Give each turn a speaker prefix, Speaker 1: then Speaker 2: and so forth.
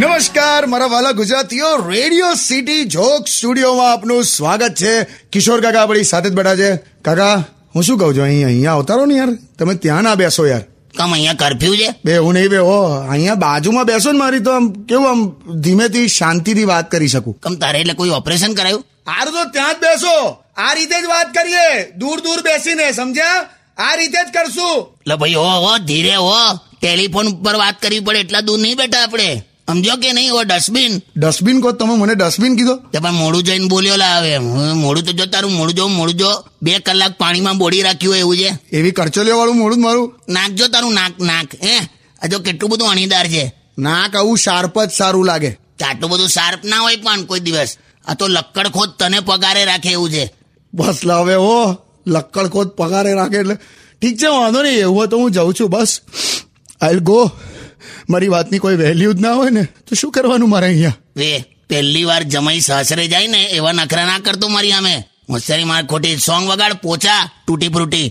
Speaker 1: નમસ્કાર મારા વાલા ગુજરાતીઓ રેડિયો સિટી જોક સ્ટુડિયોમાં આપનું સ્વાગત છે કિશોર કાકા આપણી સાથે જ બેઠા છે કાકા હું શું કહું છું અહીં અહીંયા અવતારો ને યાર તમે ત્યાં ના બેસો યાર
Speaker 2: કામ અહીંયા કરફ્યુ છે
Speaker 1: બે હું નહીં બે હો અહીંયા બાજુમાં બેસો ને મારી તો આમ કેવું આમ ધીમેથી શાંતિથી વાત કરી શકું
Speaker 2: કમ તારે એટલે કોઈ ઓપરેશન કરાયું
Speaker 1: આર તો ત્યાં જ બેસો આ રીતે જ વાત કરીએ દૂર દૂર બેસીને સમજ્યા આ રીતે જ કરશું
Speaker 2: એટલે ભાઈ હો હો ધીરે હો ટેલિફોન ઉપર વાત કરવી પડે એટલા દૂર નહીં બેઠા આપણે સમજો કે નહીં હો ડસ્ટબિન
Speaker 1: ડસ્ટબિન કહો તમે મને ડસ્ટબિન કીધો
Speaker 2: તે પણ મોડું જઈને બોલ્યો લા હવે હું મોડું તો જો તારું મોડું જો મોડું જો બે કલાક પાણીમાં બોડી રાખ્યું હોય એવું છે
Speaker 1: એવી કરચલીઓ વાળું મોડું જ મારું
Speaker 2: નાક જો તારું નાક નાક હે આ જો કેટલું બધું અણીદાર છે
Speaker 1: ના કહું શાર્પ જ સારું લાગે
Speaker 2: આટલું બધું શાર્પ ના હોય પણ કોઈ દિવસ આ તો લક્કડખોદ તને પગારે રાખે એવું છે
Speaker 1: બસ લા હવે હો લક્કડ ખોદ પગારે રાખે એટલે ઠીક છે વાંધો નહીં એવું હોય તો હું જાઉં છું બસ આઈલ ગો મારી વાતની કોઈ વેલ્યુ જ ના હોય ને તો શું કરવાનું મારે અહીંયા
Speaker 2: વે પહેલી વાર જમાઈ સાસરે જાય ને એવા નખરા ના કરતો મારી આમે હોશિયારી માર ખોટી સોંગ વગાડ પોચા તૂટી ફ્રૂટી